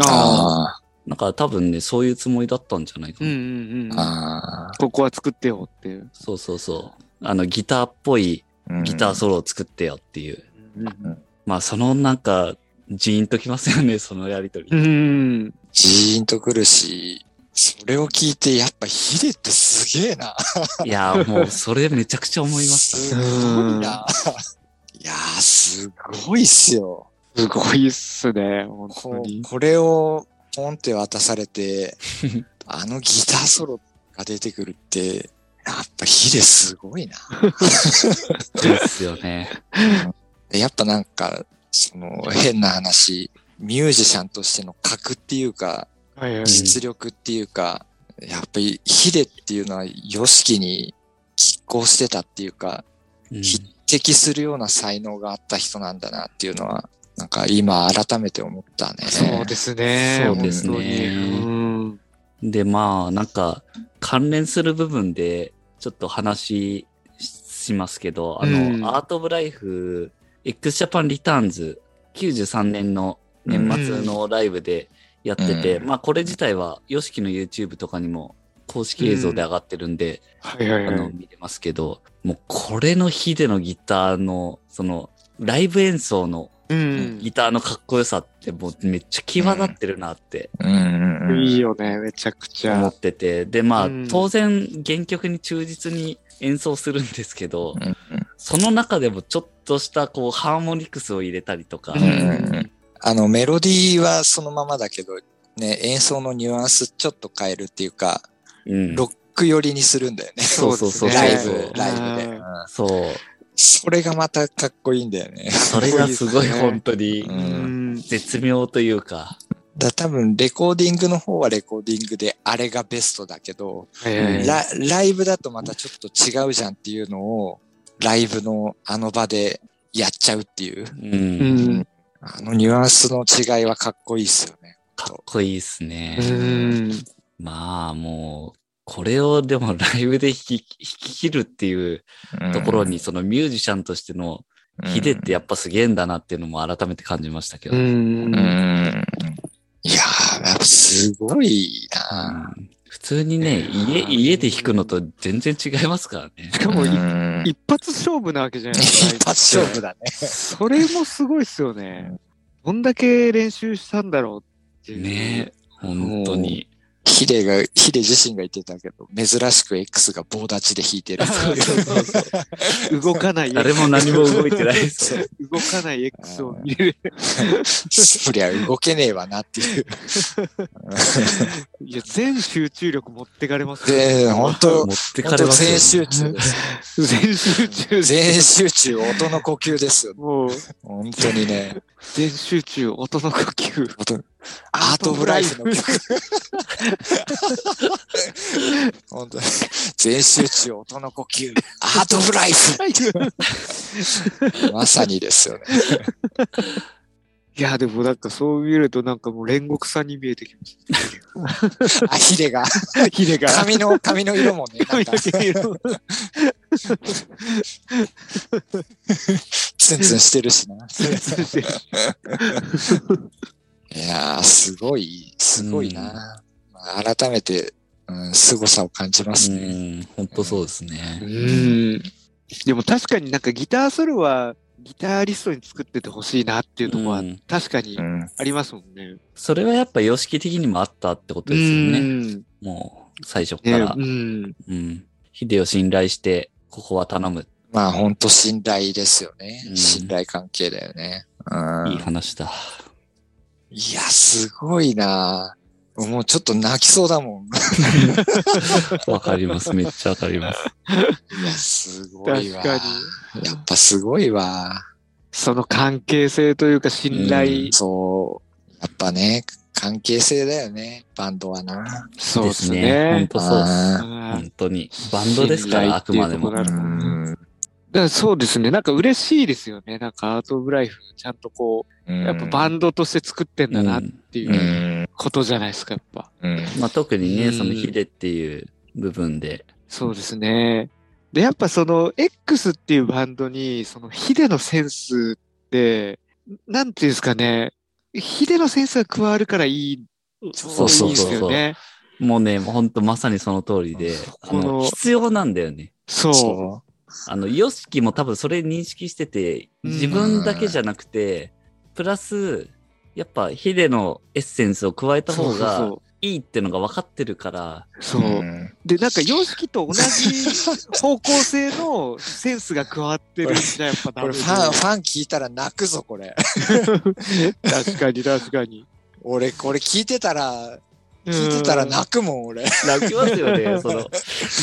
Speaker 3: あ
Speaker 2: あ
Speaker 1: なんか多分ね、そういうつもりだったんじゃないか
Speaker 3: うん
Speaker 1: な。
Speaker 3: うんう
Speaker 2: ー
Speaker 3: ん。
Speaker 2: あ
Speaker 3: ここは作ってよっていう。
Speaker 1: そうそうそう。あの、ギターっぽい
Speaker 2: ー。うん
Speaker 1: ギターソロを作ってよっていう。
Speaker 3: うん
Speaker 1: まあ、そのなんか、ジーンときますよね、 そのやりとり。
Speaker 3: うん。
Speaker 2: ジーンとくるし、それを聞いてやっぱヒデってすげえな。
Speaker 1: いやー、もう、それめちゃくちゃ思いまし
Speaker 2: す
Speaker 1: た。
Speaker 2: ごいな。いやー、すごいっすよ。
Speaker 3: すごいっすね、本当
Speaker 2: こ
Speaker 3: に。
Speaker 2: これをポンって渡さ れて、あのギターソロが出てくるって、やっぱヒデすごいな。
Speaker 1: ですよ ね。
Speaker 2: でやっぱなんか、その変な話、ミュージシャンとしての格っていうか、
Speaker 3: はいはい
Speaker 2: 実力っていうか、やっぱりヒデっていうのは YOSHIKI に拮抗してたっていうか、
Speaker 1: うん
Speaker 2: 匹敵するような才能があった人なんだなっていうのは、なんか今改めて思ったね。
Speaker 3: そうですね。
Speaker 1: そうですね
Speaker 3: 本当にうん
Speaker 1: で、まあ、なんか、関連する部分で、ちょっと話ししますけど、あの、
Speaker 3: うん
Speaker 1: アート・オブ・ライフ、x ジャパン・リターンズ、93年の年末のライブでやってて、
Speaker 2: うん
Speaker 1: まあ、これ自体は、YOSHIKI の YouTube とかにも、公式映像で上がってるんで、
Speaker 3: はいはい
Speaker 1: あ
Speaker 3: は
Speaker 1: の、
Speaker 3: い。
Speaker 1: 見れますけど、もう、これのヒデのギターの、その、ライブ演奏の
Speaker 3: うん。
Speaker 1: ギターのかっこよさって、もうめっちゃ際立ってるなって
Speaker 2: うんうんうん
Speaker 3: いいよね、めちゃくち
Speaker 1: 思
Speaker 3: ゃ
Speaker 1: っ。てて、で、まあ
Speaker 3: うん、
Speaker 1: 当然原曲に忠実に演奏するんですけど、
Speaker 2: うんうん
Speaker 1: その中でもちょっとしたこうハーモニクスを入れたりとか、
Speaker 3: うん
Speaker 2: あの、メロディーはそのままだけど、ね、演奏のニュアンスちょっと変えるっていうか、
Speaker 1: うん。
Speaker 2: ロック寄りにするんだよね。
Speaker 1: そうそうそう
Speaker 2: ライ
Speaker 1: そう
Speaker 2: ブ、ライブで。う
Speaker 3: うん
Speaker 2: ん
Speaker 1: そう。
Speaker 2: それがまたかっこいいんだよね。
Speaker 1: それがすごい本当に
Speaker 2: う
Speaker 3: うんん。
Speaker 1: 絶妙というか、
Speaker 2: だ多分レコーディングの方はレコーディングであれがベストだけど、
Speaker 3: はいはいはい
Speaker 2: ラライブだとまたちょっと違うじゃんっていうのをライブのあの場でやっちゃうっていう、
Speaker 1: う。
Speaker 3: うんん。
Speaker 2: あのニュアンスの違いはかっこいいですよね。
Speaker 1: かっこいいですね。
Speaker 3: うん。
Speaker 1: まあもう、これをでもラ イブで弾き弾き切るっていうところに、そのミュージシャンとしてのヒデってやっぱすげえんだなっていうのも改めて感じましたけど。
Speaker 3: う。
Speaker 1: うん
Speaker 2: うんん。いやー、やっぱすごいな。
Speaker 1: ん普通にね、家、家で弾くのと全然違いますからね
Speaker 3: し。かもい、
Speaker 2: うん
Speaker 3: 一発勝負なわけじゃないですか。
Speaker 2: 一発勝負だね。
Speaker 3: それもすごいっすよね。どんだけ練習したんだろうっていう。
Speaker 1: ねえ、本当に。
Speaker 2: ヒデが、ヒデ自身が言ってたけど、珍しく X が棒立ちで弾いて る。
Speaker 3: 動かない X。
Speaker 1: 誰も何も動いてないです。
Speaker 3: 動かない X を見る。
Speaker 2: そりゃ動けねえわなっていう。
Speaker 3: いや、全集中力持ってかれますよ
Speaker 2: で、本 当
Speaker 1: 持ってか
Speaker 2: 本
Speaker 1: れ
Speaker 2: 当
Speaker 1: ますよね
Speaker 2: 全集中です。
Speaker 3: 全集中。
Speaker 2: 全集中、音の呼吸ですよ。
Speaker 3: もう、
Speaker 2: 本当にね。
Speaker 3: 全集中、音の呼吸。
Speaker 2: 本当アートオブライフの 曲。本当に全集中、音の呼吸、アートオブライフ。 まさにですよね。
Speaker 3: いや、でもなんかそう見るとなんかもう煉獄さんに見えてきまし
Speaker 2: あ、ヒデが、
Speaker 3: た。ヒデが。
Speaker 2: 髪の、髪の色も ね、な
Speaker 3: 髪
Speaker 2: んか
Speaker 3: の毛色
Speaker 2: ツンツンしてるしな。いやー、すごい、すごいな。まあ改めて、うん、凄さを感じます
Speaker 1: う
Speaker 2: ね。
Speaker 1: ん、本当そうですね。
Speaker 3: うん。でも確かになんかギターソロはギタリストに作っててほしいなっていうところ
Speaker 1: う
Speaker 3: は
Speaker 1: ん
Speaker 3: 確かに
Speaker 2: うん
Speaker 3: ありますもんね。
Speaker 1: それはやっぱ様式的にもあったってことですよね。
Speaker 3: ね。
Speaker 1: もう、最初か
Speaker 3: ね
Speaker 1: ら
Speaker 3: う。ん。
Speaker 1: うん。ヒデを信頼して、ここは頼む。
Speaker 2: まあ、ほんと信頼ですよね
Speaker 1: う。ん
Speaker 2: 信頼関係だよね。うん
Speaker 1: いい話だ。
Speaker 2: いや、すごいな。もうちょっと泣きそうだもん。
Speaker 1: わかります。めっちゃわかります。
Speaker 2: いや、すごい
Speaker 3: 確
Speaker 2: わ。
Speaker 3: かに。
Speaker 2: やっぱすごいわ。
Speaker 3: その関係性というか信頼。
Speaker 2: そう。やっぱね、関係性だよね。バンドはな。
Speaker 3: そうです
Speaker 1: 本
Speaker 3: ね。
Speaker 1: 当そうっす。
Speaker 3: うん
Speaker 2: うん
Speaker 1: 本当に。バンドですから、あくまでも。
Speaker 3: 信頼っていうところだろうね
Speaker 2: うん
Speaker 3: だからそうですね。なんか嬉しいですよね。なんかアート・オブ・ライフ、ちゃんとこ
Speaker 2: う
Speaker 3: う、
Speaker 2: ん
Speaker 3: やっぱバンドとして作ってんだなって
Speaker 2: う。
Speaker 3: いうんことじゃないですか、やっぱ。
Speaker 2: うん
Speaker 1: まあ、特に
Speaker 3: う
Speaker 1: ね、
Speaker 3: ん
Speaker 1: そのヒデっていう部分で。
Speaker 3: そうですね。で、やっぱその X っていうバンドに、そのヒデのセンスって、なんていうんですかね、ヒデのセンスが加わるからいい、
Speaker 1: そうそうそう
Speaker 3: いいですよね。
Speaker 1: もうね、本当まさにその通りで、あ
Speaker 3: この
Speaker 1: の、必要なんだよね。
Speaker 3: そう。
Speaker 2: そ
Speaker 1: あの、ヨシキも多分それ認識してて、
Speaker 3: うん
Speaker 1: 自分だけじゃなくて、プラス、やっぱヒデのエッセンスを加えた
Speaker 3: そう
Speaker 1: 方
Speaker 3: そう
Speaker 1: が
Speaker 3: そ
Speaker 1: いいってのが分かってるから、
Speaker 3: う。そうう。
Speaker 2: ん
Speaker 3: で、なんか、様式と 同じ方向性のセンスが加わってるんじゃ、やっぱダ
Speaker 2: こ
Speaker 3: メ
Speaker 2: れ
Speaker 3: で
Speaker 2: ファン、ファン聞いたら泣くぞ、これ。
Speaker 3: 確かに、確かに。
Speaker 2: 俺、これ聞いてたら、
Speaker 3: うん
Speaker 2: 聞いてたら泣くもん、俺。
Speaker 1: 泣きますよね、その。い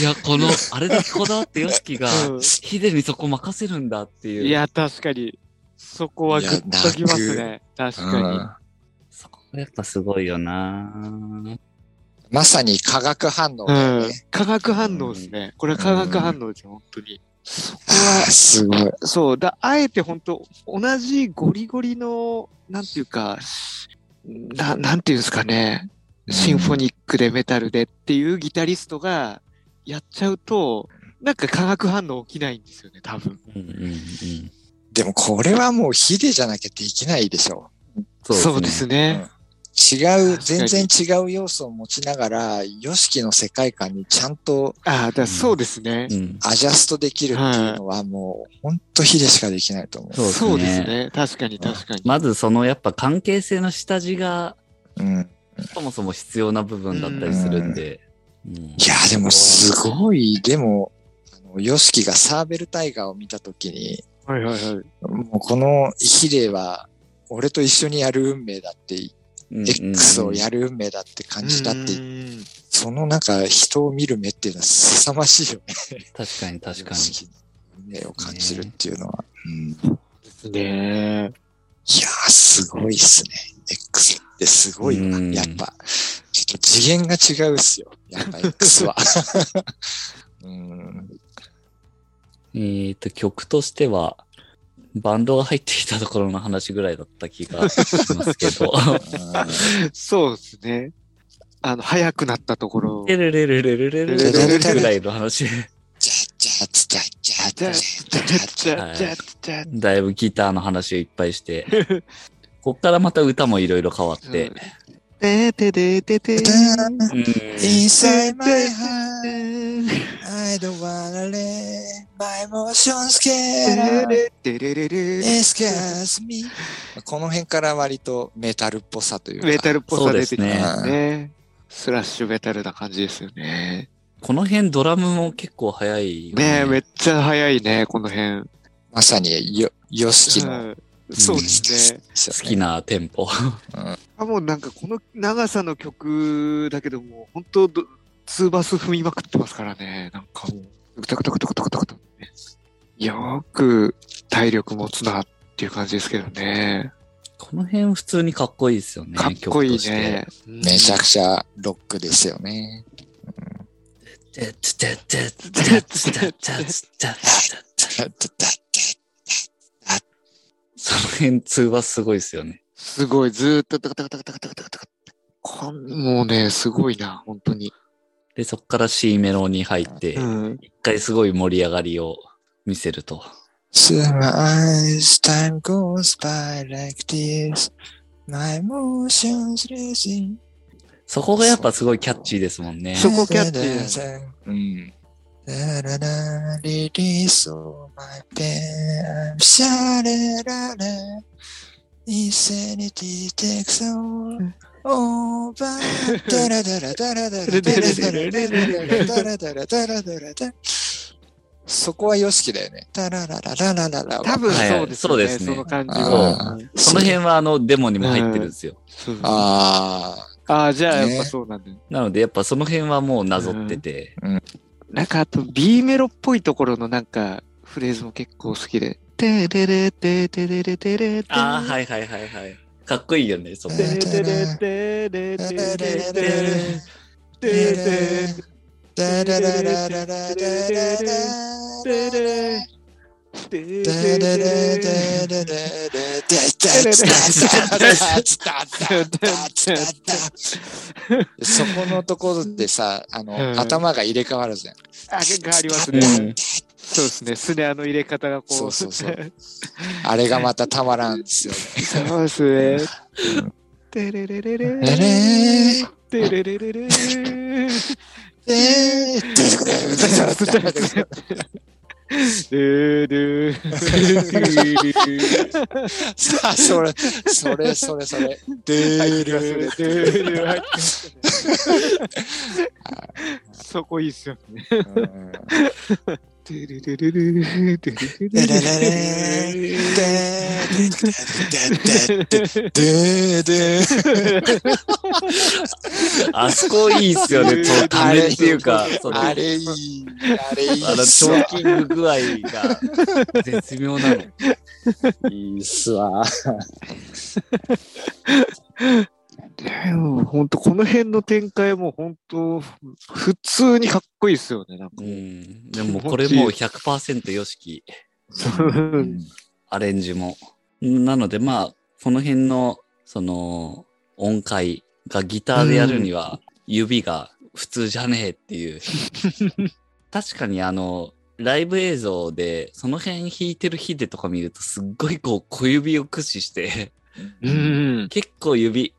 Speaker 1: や、この、あれだけこだわってヨシキが、
Speaker 3: うん
Speaker 1: ヒデにそこ任せるんだっていう。
Speaker 3: いや、確かに。そこはグッときますね。確か
Speaker 1: そこがやっぱすごいよなぁ
Speaker 2: まさに化学反応
Speaker 3: に。う
Speaker 2: だよ
Speaker 3: ん
Speaker 2: ね。。
Speaker 3: 化学反応ですね。これは化学反応ですよ、本当に。そこは
Speaker 2: あー、すごい。
Speaker 3: そう、だあえて本当同じゴリゴリの、なんていうか、ななんていうんですかね、シンフォニックでメタルでっていうギタリストがやっちゃうと、なんか化学反応起きないんですよね、多分。
Speaker 1: うんうんうん。
Speaker 2: でもこれはもうヒデじゃなきゃできないでしょ。
Speaker 3: そうですね。
Speaker 2: 違う、
Speaker 3: 確か
Speaker 2: 全
Speaker 3: に
Speaker 2: 然違う要素を持ちながら、ヨシキの世界観にちゃんと
Speaker 3: ああ、だからそうですね。
Speaker 1: うん。
Speaker 2: アジャストできるっていうのはもう、ほんとヒデしかできないと思
Speaker 1: そうですね
Speaker 3: そうですね。確かに確かに。
Speaker 1: まずそのやっぱ関係性の下地が
Speaker 2: う。うん。
Speaker 1: そもそも必要な部分だったりするんで。うん
Speaker 2: いや、でもすごい、でも、あのヨシキがサーベルタイガーを見たときに、
Speaker 3: はいはいはい。
Speaker 2: もうこのヒデは俺と一緒にやる運命だって、
Speaker 1: うんうん
Speaker 2: X をやる運命だって感じたって、
Speaker 3: うん
Speaker 2: そのなんか人を見る目っていうのは凄まじいよね。
Speaker 1: 確かに確か
Speaker 2: 正直運命を感じるっていうのは。うん
Speaker 3: ですね。
Speaker 2: いやー、すごいっすね。X ってすごいよ
Speaker 1: う
Speaker 2: な。
Speaker 1: ん
Speaker 2: やっぱ、ちょっと次元が違うっすよ。やっぱ X は。 うん、
Speaker 1: に。えっと、曲としては、バンドが入ってきたところの話ぐらいだった気がしますけど。
Speaker 3: そうですね。あの、早くなったところ。
Speaker 1: てるれるれるれるれるれるぐらいの話。
Speaker 2: じゃじゃじゃじゃじゃ
Speaker 3: じゃじゃじゃ
Speaker 1: だいぶギターの話をいっぱいして。こっからまた歌もいろいろ変わって。
Speaker 3: でてでてて。
Speaker 1: うん。
Speaker 2: Inside my heart, I don't wanna let my emotions get
Speaker 3: てれれれ
Speaker 2: excuse me. この辺から割とメタルっぽさというか。
Speaker 3: メタルっぽさ出てきます
Speaker 2: そうです
Speaker 3: ね。スラッシュメタルな感じですよね。
Speaker 1: この辺ドラムも結構早いよ
Speaker 3: ねえ、めっちゃ早いね、この辺。
Speaker 2: まさによ、よしきの、
Speaker 3: うんそうですね。
Speaker 1: 好き。なテンポ。
Speaker 3: あもうなんかこの長さの曲だけども、本当どツーバス踏みまくってますからね。なんかもう、タクタクタクタクタクタクねよーく体力持つなっていう感じですけどね。
Speaker 1: この辺普通にかっこいいですよね。
Speaker 3: かっこい
Speaker 1: 曲と
Speaker 3: い
Speaker 1: して
Speaker 3: ね。うん
Speaker 2: めちゃくちゃロックですよね。
Speaker 1: てってってってってってって
Speaker 2: だだだ
Speaker 1: その辺通話すごいですよね。
Speaker 3: すごい、ずーっとタカタカタカタカタカタカタこんもうね、すごいな、本当に。
Speaker 1: で、そこから C メロに入って、
Speaker 3: うん。
Speaker 1: 一回すごい盛り上がりを見せると。
Speaker 2: Through my eyes, time goes by like this. My emotions racing.
Speaker 1: そこがやっぱすごいキャッチーですもんね。
Speaker 3: そこキャッチーです
Speaker 2: うん。ラララリリースオーマイペン。シャレララ。インセニティテクソー。オーバー。ダラダラダラダラダラダラダラダラダラダラダラ。そこはヨシキだよね。ダラララララララ。
Speaker 3: 多分そ
Speaker 1: は
Speaker 3: うですね。
Speaker 1: いそうですね
Speaker 3: その感じ
Speaker 2: あ
Speaker 3: は。うん
Speaker 1: その辺はあのデモにも入ってるんですよ。
Speaker 3: そう
Speaker 2: ああ。
Speaker 3: ああ、じゃあやっぱそうなんだ。
Speaker 1: なのでやっぱその辺はもうなぞってて。
Speaker 3: なんかあと B メロっぽいところのなんかフレーズも結構好きで。てれれててれれてれて。
Speaker 1: ああ、
Speaker 3: い。
Speaker 1: はいはいはいはい。かっこいいよね、そこ。
Speaker 3: てれれてれてれてれてれてれ
Speaker 2: そこのところでさ、あの、
Speaker 3: うん
Speaker 2: 頭が入れ替わるじゃん。
Speaker 3: あ、結構あります
Speaker 1: う
Speaker 3: ね。
Speaker 1: ん
Speaker 3: そうですね。スネアの入れ方がこう。
Speaker 2: そうそうそうあれがまたたまらんっすよね。
Speaker 3: そうですね。てれれれれ
Speaker 2: れれ
Speaker 3: てれれれれ
Speaker 2: え
Speaker 3: ルールー。
Speaker 2: さあ、それ、それ、それ、それ。
Speaker 3: そこいいっすよね。
Speaker 2: うん
Speaker 1: あそこいいっすよ ね、とあれっていうか、その
Speaker 2: あ
Speaker 1: あ
Speaker 2: れいい。あれいい
Speaker 1: の、
Speaker 2: っ
Speaker 1: チ
Speaker 2: す
Speaker 1: ョ
Speaker 2: わ
Speaker 1: ー。キング具合が絶妙な の。
Speaker 2: いいっ すわ。
Speaker 3: でも本当この辺の展開も本当普通にかっこいいっすよね。なんか
Speaker 1: うん。でもこれもう100%よしき、アレンジも。なのでまあ、この辺の、その、音階がギターでやるには、指が普通じゃねえっていう。確かにあの、ライブ映像で、その辺弾いてるヒデとか見ると、すっごいこう、小指を駆使して、
Speaker 3: うん。
Speaker 1: 結構指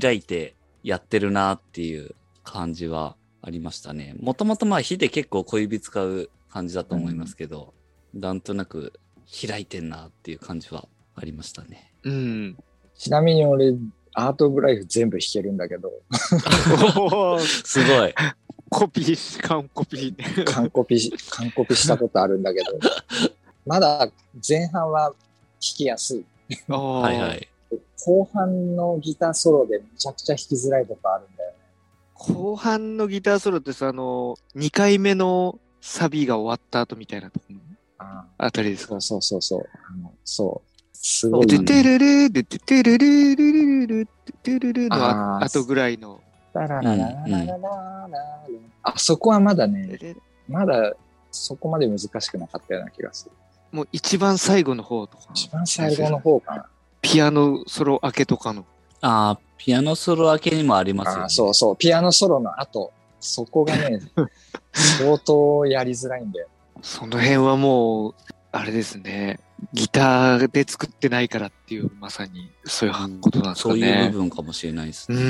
Speaker 1: 開いてやってるなっていう感じはありましたね。もともとまあ火で結構小指使う感じだと思いますけど、なんとなく開いてんなっていう感じはありましたね。
Speaker 3: うん。
Speaker 2: ちなみに俺、アート・オブ・ライフ全部弾けるん だけど、
Speaker 1: すご い。
Speaker 3: コピーし、完コピー。
Speaker 2: 完コピし、完コピしたことある んだけど、まだ前半は弾きやすい。
Speaker 1: はいは。い。
Speaker 4: 後半のギターソロでめちゃくちゃ弾きづらいとかあるんだよね。
Speaker 3: 後半のギターソロってさ、あの、2回目のサビが終わった後みたいなとこの
Speaker 4: あ
Speaker 3: あたりです
Speaker 4: そ
Speaker 3: か
Speaker 4: うそうそうそう。あのそう。す
Speaker 3: そ
Speaker 4: ご
Speaker 3: う
Speaker 4: い。
Speaker 3: で、
Speaker 1: 出
Speaker 3: てるるで、ててるるるるるる、てるるの
Speaker 2: あ
Speaker 3: あ
Speaker 2: ー
Speaker 3: とぐらいの。
Speaker 4: タラララララララあそこはまだね、まだそこまで難しくなかったような気がする。
Speaker 3: もう一番最後の方とか、
Speaker 4: 一番最後の方かな。
Speaker 3: ピアノソロ明けとかの。
Speaker 1: ああ、ピアノソロ明けにもありますよ、ね。
Speaker 4: あそうそう。ピアノソロの後、そこが ね、相当やりづらいんだよ。
Speaker 3: その辺はもう、あれですね。ギターで作ってないからっていう、まさに、そういうことなんです
Speaker 1: そ
Speaker 3: か
Speaker 1: ういう
Speaker 3: ね
Speaker 1: 部。分かもしれないです
Speaker 3: う
Speaker 1: ね。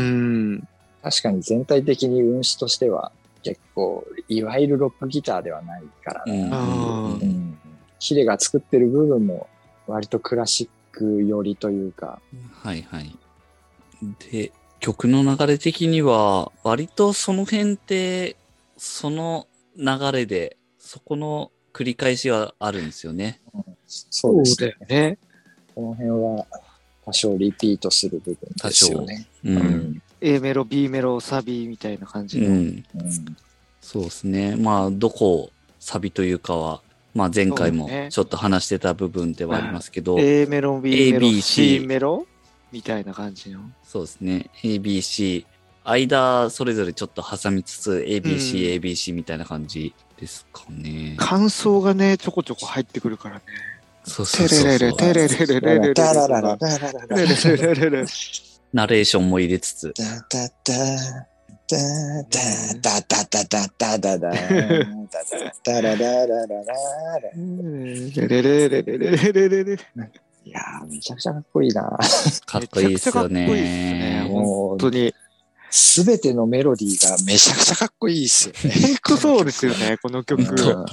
Speaker 3: ん。
Speaker 4: 確かに全体的に運指としては、結構、いわゆるロックギターではないから
Speaker 1: う
Speaker 4: ね。
Speaker 1: んう
Speaker 4: う
Speaker 1: んうん
Speaker 4: ん。ヒレが作ってる部分も、割とクラシック寄りというか、
Speaker 1: はいはい。で、曲の流れ的には、割とその辺って、その流れで、そこの繰り返しはあるんですよね。
Speaker 4: そうですね。
Speaker 3: よね。
Speaker 4: この辺は、多少リピートする部分ですよね。
Speaker 1: うん。
Speaker 3: A メロ、B メロ、サビみたいな感じ
Speaker 1: う
Speaker 3: の。
Speaker 1: ん。
Speaker 4: うんうん
Speaker 1: そうですね。まあ、どこをサビというかは、まあ前回
Speaker 3: そ
Speaker 1: も
Speaker 3: うですね
Speaker 1: ちょっと話してた部分ではありますけど、
Speaker 3: A メロ、B メ
Speaker 1: A
Speaker 3: ロ、
Speaker 1: B C
Speaker 3: C メロみたいな感じの。
Speaker 1: そうですね。ABC。間、それぞれちょっと挟みつつ、ABC、ABC みたいな感じですかね。
Speaker 3: 感想がね、ちょこちょこ入ってくるからね。
Speaker 1: そうそ
Speaker 3: テ
Speaker 1: うそう
Speaker 3: レレ
Speaker 1: そ
Speaker 3: レ、
Speaker 1: う。
Speaker 3: テレレレレレレ。
Speaker 2: ダララララララ
Speaker 3: テレレレレレ。
Speaker 1: ナレーションも入れつつ。
Speaker 2: ダダダダダダダダダダ
Speaker 4: ダダダーンダダダララララララ
Speaker 3: レレレレレレレレレ。
Speaker 4: いやー、めちゃくちゃかっこいいな。
Speaker 1: かっこいいですよ
Speaker 3: めちゃくちゃかっこいいですね
Speaker 1: ね。
Speaker 4: も
Speaker 3: 本
Speaker 4: う、
Speaker 3: 当に。
Speaker 4: すべてのメロディーがめ
Speaker 2: め
Speaker 4: ち
Speaker 2: ち
Speaker 4: ゃ
Speaker 2: ゃ
Speaker 4: く
Speaker 2: く
Speaker 4: ち
Speaker 2: ちゃかっこいいですよね。
Speaker 3: 結構そうですよね、この曲。
Speaker 4: ゃ。
Speaker 1: う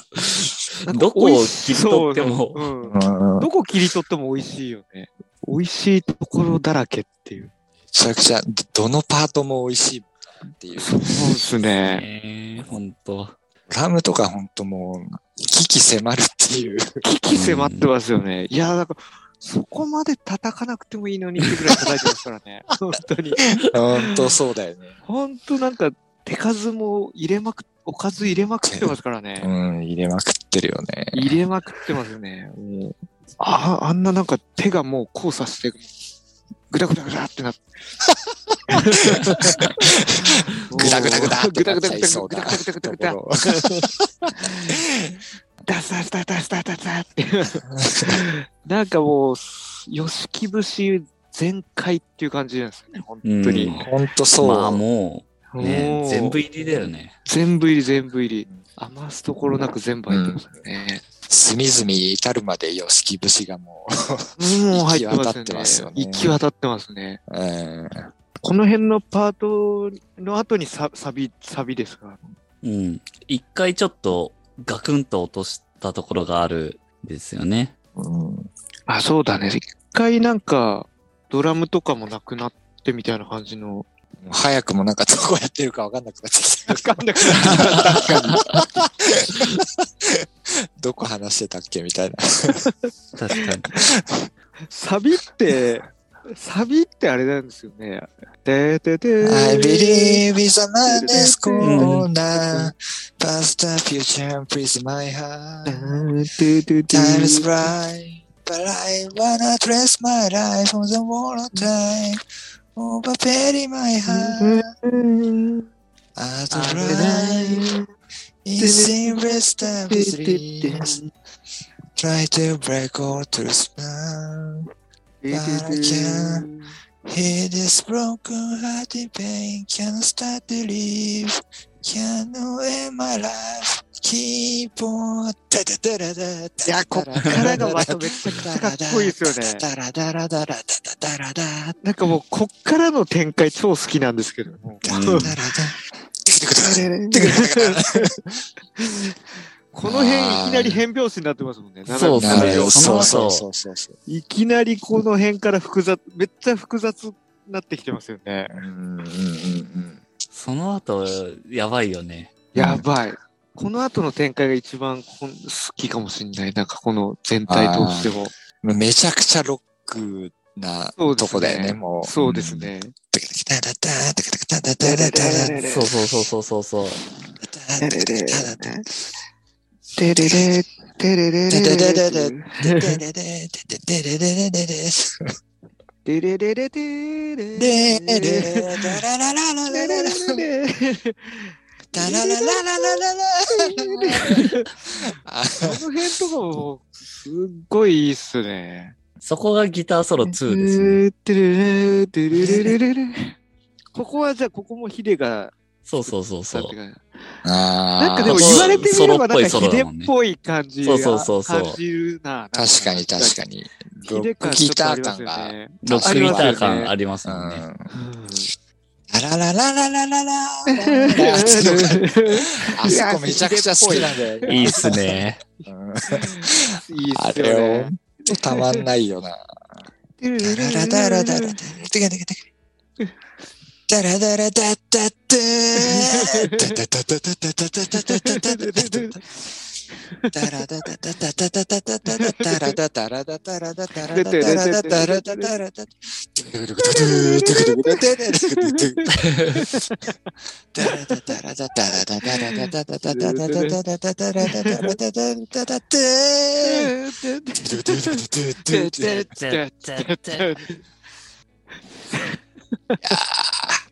Speaker 1: んどこを切り取っても
Speaker 3: そううん
Speaker 4: うんうん
Speaker 3: どこ切り取っても美味しいよね。美味しいところだらけっていう。
Speaker 2: めちゃくちゃ、どのパートも美味しいっていう。
Speaker 3: そうですね。
Speaker 1: ね本当。
Speaker 2: ラムとかほんともう、危機迫るっていう。
Speaker 3: 危機迫ってますよね。いや、だから、そこまで叩かなくてもいいのにってぐらい叩いてますからね。本当に。
Speaker 2: ほんとそうだよね。
Speaker 3: 本当なんか、手数も入れまく、おかず入れまくってますから
Speaker 2: う
Speaker 3: ね。
Speaker 2: ん、入れまくってるよね。
Speaker 3: 入れまくってますね。もうああんななんか手がもう交差して、ぐだぐだぐだってなって。
Speaker 2: ぐだぐだぐだってなっちゃ
Speaker 3: ぐだぐだぐだぐだぐ
Speaker 2: い
Speaker 3: だ
Speaker 2: そうだ
Speaker 3: ぐだぐだぐだ
Speaker 2: とこ
Speaker 3: ダサダサダサダサって。なんかもう、吉木節全開っていう感じなんですよね、本当
Speaker 1: う
Speaker 3: に
Speaker 1: ん。
Speaker 2: ろほんとそう。
Speaker 1: まあもう、ね
Speaker 3: も、う
Speaker 1: 全部入りだよね。
Speaker 3: 全部入り、全部入り。余すところなく全部入ってますよね。
Speaker 2: 隅々に至るまで吉木節が
Speaker 3: も
Speaker 2: も
Speaker 3: う入
Speaker 2: 行き渡って
Speaker 3: って
Speaker 2: ま
Speaker 3: ますす
Speaker 2: よ
Speaker 3: よ
Speaker 2: ね
Speaker 3: ね。行き渡ってますね。
Speaker 2: う、うん、
Speaker 3: この辺のパートの後にササビ、サビですから。
Speaker 1: うん。一回ちょっとガクンと落としたところがあるんですよね。
Speaker 2: うん。
Speaker 3: あ、そうだね。一回なんか、ドラムとかもなくなってみたいな感じの。
Speaker 2: 早くもなんかどこやってるかわかんなくなってきた。
Speaker 3: わかんなくなっ
Speaker 2: どこ話してたっけみたいな。
Speaker 1: 確かに。
Speaker 3: た。サビって、サビってあれなんですよね。ててて
Speaker 2: I
Speaker 3: ー。
Speaker 2: believe is a man is corner. Past the future, please my
Speaker 3: Mm.
Speaker 2: heart.
Speaker 3: ててて
Speaker 2: Time is bright, but I wanna dress my life on the wall of time. Over very my
Speaker 3: Mm.
Speaker 2: heart. As the bright is seamless time is leaves. Try to break all through smile. He this broken heart in pain can start to live. Can no end my life. Keep on.
Speaker 3: いや、こっからがまためちゃくちゃかっこいいですよね。
Speaker 2: ダラダラダラダダダラダ
Speaker 3: なんかもう、こっからの展開超好きなんですけども。
Speaker 2: ダラダラダ。
Speaker 3: この辺、いきなり変拍子になってますもんね。
Speaker 1: そうっすね
Speaker 3: 斜め上
Speaker 2: そうそうそうそうそう。
Speaker 3: いきなりこの辺から複雑、めっちゃ複雑になってきてますよね。
Speaker 2: うんうんうん
Speaker 1: その後、やばいよね。
Speaker 3: やばい。この後の展開が一番こん好きかもしれない。なんかこの全体通しても。
Speaker 2: うん。めちゃくちゃロックな
Speaker 3: そうで
Speaker 2: と
Speaker 3: す
Speaker 2: こ
Speaker 3: ね
Speaker 2: だよね、もう。
Speaker 3: そうですね。
Speaker 2: テキテキタタタテキテキタタタタタタタ
Speaker 1: そうそうそうそうそうそう。
Speaker 2: タテキテキタタタ
Speaker 3: テレレ、テレレレレレレレ
Speaker 2: テレレテテ
Speaker 3: テレレレ
Speaker 2: レレレレレレ
Speaker 3: テレ
Speaker 2: レレ
Speaker 3: レレ
Speaker 2: レダラララララララ
Speaker 3: レレレ
Speaker 2: ダラララララララあ
Speaker 3: この辺とかも、すっごいいいっすね。
Speaker 1: そこがギターソロ2ですね。
Speaker 3: テレレテレレレレレここはじゃあ、ここもヒデが、
Speaker 1: そうそうそうそう。
Speaker 2: あー
Speaker 3: なんかでも言われてみれば、なんか
Speaker 1: ソロ
Speaker 3: ヒ
Speaker 1: っぽいソロだ
Speaker 3: デっ
Speaker 1: もんね
Speaker 3: ぽい感じ
Speaker 1: そうそうそうそう
Speaker 3: 感じるな。
Speaker 2: 確かに確か
Speaker 3: に。
Speaker 2: に。ロ
Speaker 3: ヒデ
Speaker 2: ック
Speaker 3: 感ちょっ
Speaker 2: ギ
Speaker 3: と
Speaker 2: タ
Speaker 3: あ
Speaker 2: ー
Speaker 3: ります
Speaker 2: 感
Speaker 3: よ
Speaker 2: が。
Speaker 3: ね。
Speaker 1: ロックギター感あります
Speaker 2: う
Speaker 1: もんね。
Speaker 2: ん。あららららららら
Speaker 3: うん
Speaker 2: あそこあそこめちゃくちゃ好きなんだよね。
Speaker 1: いいっすね。
Speaker 2: うん
Speaker 3: いい
Speaker 2: あ
Speaker 3: っすよ
Speaker 2: れ
Speaker 3: ね
Speaker 2: ほ。んとたまんないよな。ダララダラダラダラテカテカテカダラダラダッダッダ ーダダダダダダダダダダダダダダダラダダダダダダダダダダダラダダラダダラダダラダダラダダラダダラダ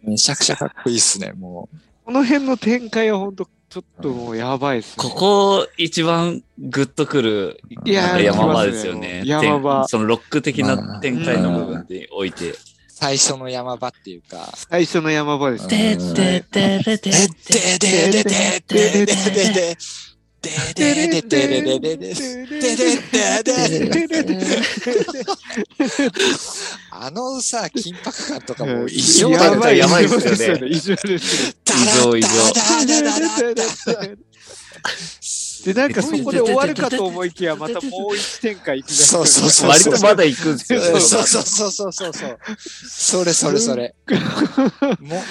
Speaker 2: めちゃくちゃかっこいいっすね、もう。
Speaker 3: この辺の展開は本当ちょっともうやばいっすね。
Speaker 1: ここ一番グッとくる
Speaker 3: いやー
Speaker 1: 山場ですよね。
Speaker 3: 来ますねもう山場
Speaker 1: てんそのロック的な展開の部分でおいて。
Speaker 2: 最初の山場っていうか。
Speaker 3: 最初の山場ですね。
Speaker 2: でで
Speaker 1: ででで
Speaker 2: ででででででででででででででであのさ、緊迫感とかも異常だ
Speaker 1: や
Speaker 2: よ
Speaker 1: ばい
Speaker 2: ね。
Speaker 1: やばいっすよね
Speaker 3: 異常ですよね。で、なんかそこで終わるかと思いきや、またもう一展開行く
Speaker 2: そうそうそう。
Speaker 1: 割とまだ行くんですよ
Speaker 2: そう
Speaker 1: ね。
Speaker 2: そうそうそうそうそう。それそれそれ。も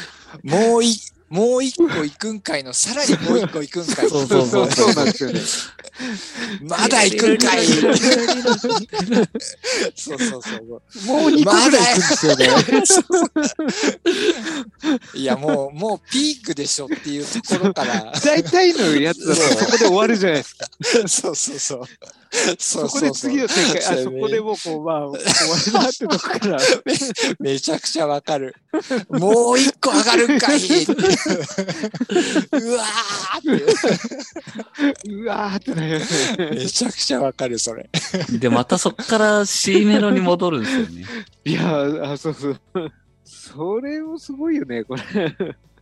Speaker 2: う、もうい、もう一個行くんかいの、さらにもう一個行くんかい。
Speaker 1: そうそう
Speaker 3: そうそうなんですよね。
Speaker 2: まだ行くんかい。そうそうそう。
Speaker 3: もう2個ぐらい行くんですよね。
Speaker 2: いや、もう、もうピークでしょっていうところから。
Speaker 3: 大体のやつだとそこで終わるじゃないですか。
Speaker 2: そうそうそう。そ
Speaker 3: そこで次の展開、あそこでもうこう、まあ、終わるなってとこから。
Speaker 2: めちゃくちゃわかる。もう一個上がるんかいうわーって。
Speaker 3: うわーってなりますね。
Speaker 2: めちゃくちゃわかる、それ。
Speaker 1: で、またそっから C メロに戻るんですよね。
Speaker 3: いや、あ、そうそう。それもすごいよね、これ。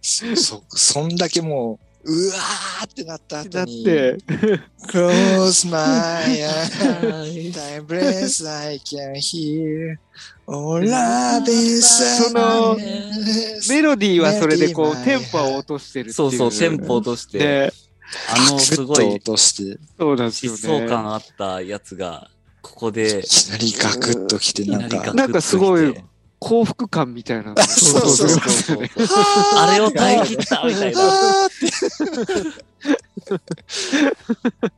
Speaker 2: そ、そ、そんだけもう、うわーってなった
Speaker 3: だ
Speaker 2: 後
Speaker 3: っ
Speaker 2: に。
Speaker 3: て、
Speaker 2: Close my eyes, I bless, I can hear all love is
Speaker 3: その
Speaker 2: endless
Speaker 3: メロディーはそれでこ
Speaker 2: メロ
Speaker 3: う、
Speaker 2: ディー
Speaker 3: テ
Speaker 2: は
Speaker 3: ンポを落としてるって
Speaker 1: そ
Speaker 3: いう
Speaker 1: そう、テンポ落として、
Speaker 3: で、
Speaker 1: あのすご
Speaker 2: グッと
Speaker 1: い
Speaker 2: 落として、
Speaker 3: そうなんです
Speaker 1: 疾
Speaker 3: よね。
Speaker 1: 走感あったやつが、ここで、
Speaker 2: いきなりガクッときて、
Speaker 1: いき
Speaker 2: な
Speaker 1: なんりガクッとき、
Speaker 2: か
Speaker 1: て
Speaker 3: なんかすごい幸福感みたいな のが。
Speaker 2: そうそうそうそう
Speaker 3: そう
Speaker 1: あ
Speaker 2: あ
Speaker 1: れを耐え切ったみたいな。
Speaker 2: あーって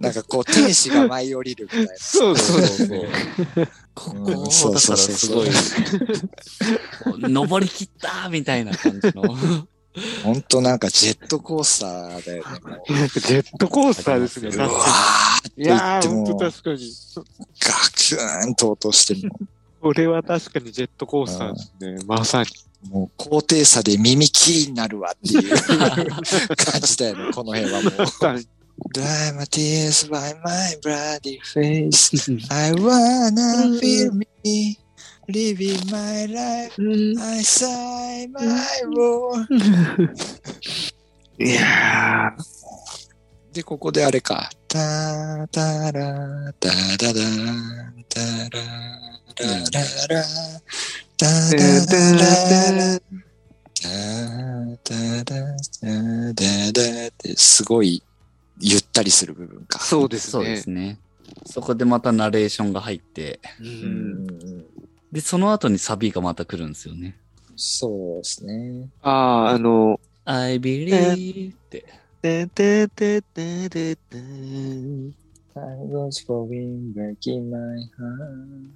Speaker 2: なんかこう、天使が舞い降りるみたいな。
Speaker 3: そうそう
Speaker 1: そうそう。ここ、だ
Speaker 2: うん
Speaker 1: か
Speaker 2: そ
Speaker 1: ら
Speaker 2: うそうそう
Speaker 1: すごい、こう登り切ったみたいな感じの。
Speaker 2: ほんとなんかジェットコースターだよね。もう
Speaker 3: なんかジェットコースターですね。
Speaker 1: う
Speaker 2: う
Speaker 3: な
Speaker 2: わ
Speaker 3: んか
Speaker 2: ーって
Speaker 3: い
Speaker 2: 言
Speaker 3: や
Speaker 2: って
Speaker 3: ー、
Speaker 2: も、
Speaker 3: ほんと
Speaker 2: ガ
Speaker 3: 確
Speaker 2: ク
Speaker 3: かに。
Speaker 2: ーンと落としても、
Speaker 3: これは確かにジェットコースターですね。まさに。
Speaker 2: もう高低差で耳キリになるわっていう 感じだよね、この辺はもう。
Speaker 3: まさに
Speaker 2: Dry my tears by my bloody face. I wanna feel me living my life. I sigh my war.
Speaker 3: いやー、
Speaker 2: で、ここであれか。タタラタダダタララララタダダラタダダダダってすごいゆったりする部分か。
Speaker 3: そうです
Speaker 1: そうで
Speaker 3: ね。
Speaker 1: すね。そこでまたナレーションが入って、
Speaker 3: う
Speaker 2: うんん。
Speaker 1: で、その後にサビがまた来るんですよね。
Speaker 2: そうですね。
Speaker 3: ああ、あの、
Speaker 1: I believe って。
Speaker 3: ててててててん
Speaker 2: I was going back in my heart.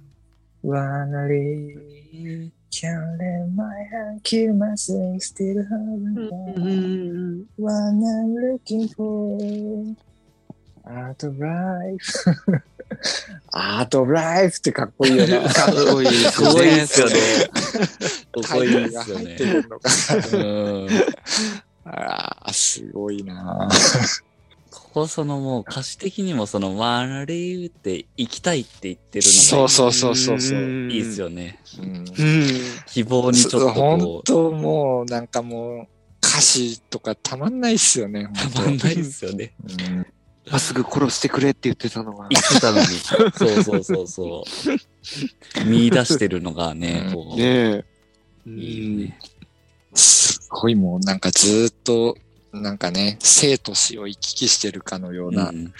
Speaker 4: Wannabe, can't let my hand kill my thing, still holding
Speaker 3: う
Speaker 4: on.
Speaker 3: ん
Speaker 4: What I'm looking for. アートライ フ。アートライフってかっこいいよ な。
Speaker 3: かっこいいです
Speaker 1: すごいで
Speaker 3: ね。
Speaker 1: すよね。すごい
Speaker 2: タイト
Speaker 1: で
Speaker 2: ルが
Speaker 1: すよ
Speaker 2: 入
Speaker 1: ね
Speaker 2: って。るのか。
Speaker 1: うん。
Speaker 2: ああ、すごいな。
Speaker 1: ここそのもう歌詞的にもその、ワーリーって行きたいって言ってる
Speaker 2: そ
Speaker 1: の
Speaker 2: うそうそうそうそう。
Speaker 1: がいいですよね。
Speaker 2: うん
Speaker 3: うん。
Speaker 1: 希望にちょっと
Speaker 2: 本
Speaker 1: こう、
Speaker 2: 当もうなんかもう歌詞とかたまんないっすよね。
Speaker 1: た
Speaker 2: 本当
Speaker 1: まんないですよね。
Speaker 2: うん
Speaker 3: まっすぐ殺してくれって言ってたのが。
Speaker 1: 言ってたのに。そうそうそうそう。 見出してるのがね、こう。
Speaker 3: ねえ。
Speaker 1: いいよね。
Speaker 2: すごいもうなんかずーっとなんかね、生と死を行き来してるかのような、
Speaker 1: うん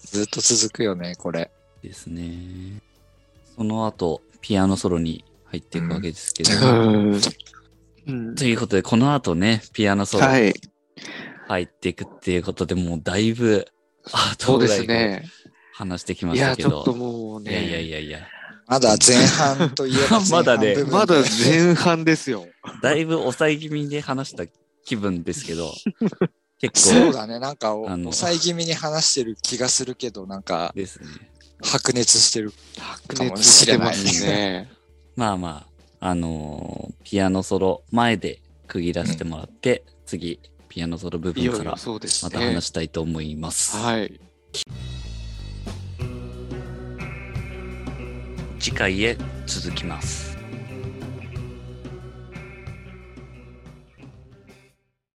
Speaker 2: ずーっと続くよね、これ。
Speaker 1: ですね。その後、ピアノソロに入っていくわけですけど。
Speaker 2: うん
Speaker 3: うん。うん
Speaker 1: ということで、この後ね、ピアノソロ
Speaker 3: はい。
Speaker 1: 入っていくっていうことで、もうだいぶ、あ、
Speaker 3: そうで
Speaker 1: ど
Speaker 3: す
Speaker 1: ぐらいか
Speaker 3: ね。
Speaker 1: 話してきま
Speaker 3: い
Speaker 1: し
Speaker 3: や、
Speaker 1: たけ
Speaker 3: ちょ
Speaker 1: ど
Speaker 3: っ。ともう
Speaker 1: いやいや
Speaker 3: ね。
Speaker 1: いやいや。
Speaker 2: まだ前半といえば
Speaker 1: まだね
Speaker 2: 前半部分
Speaker 3: まだ前半ですよ。
Speaker 1: だいぶ抑え気味で話した気分です けど、結
Speaker 2: そう
Speaker 1: 構
Speaker 2: だね、なんかお
Speaker 1: あの
Speaker 2: 抑え気味に話してる気がするけど、なんか
Speaker 1: ですね。
Speaker 2: 白熱してる
Speaker 3: 白
Speaker 2: かも
Speaker 3: 熱
Speaker 2: し
Speaker 3: し
Speaker 2: れ
Speaker 3: て
Speaker 2: な
Speaker 3: ま
Speaker 2: い。
Speaker 3: すね。
Speaker 1: まあまあ、あのーピアノソロ前で区切らせてもらって、次、ピアノソロ部
Speaker 3: い
Speaker 1: 分
Speaker 3: よ
Speaker 1: か
Speaker 3: い
Speaker 1: ら
Speaker 3: よそうです
Speaker 1: また
Speaker 3: ね
Speaker 1: 話。したいと思います。
Speaker 3: はい。
Speaker 1: 次回へ続きます。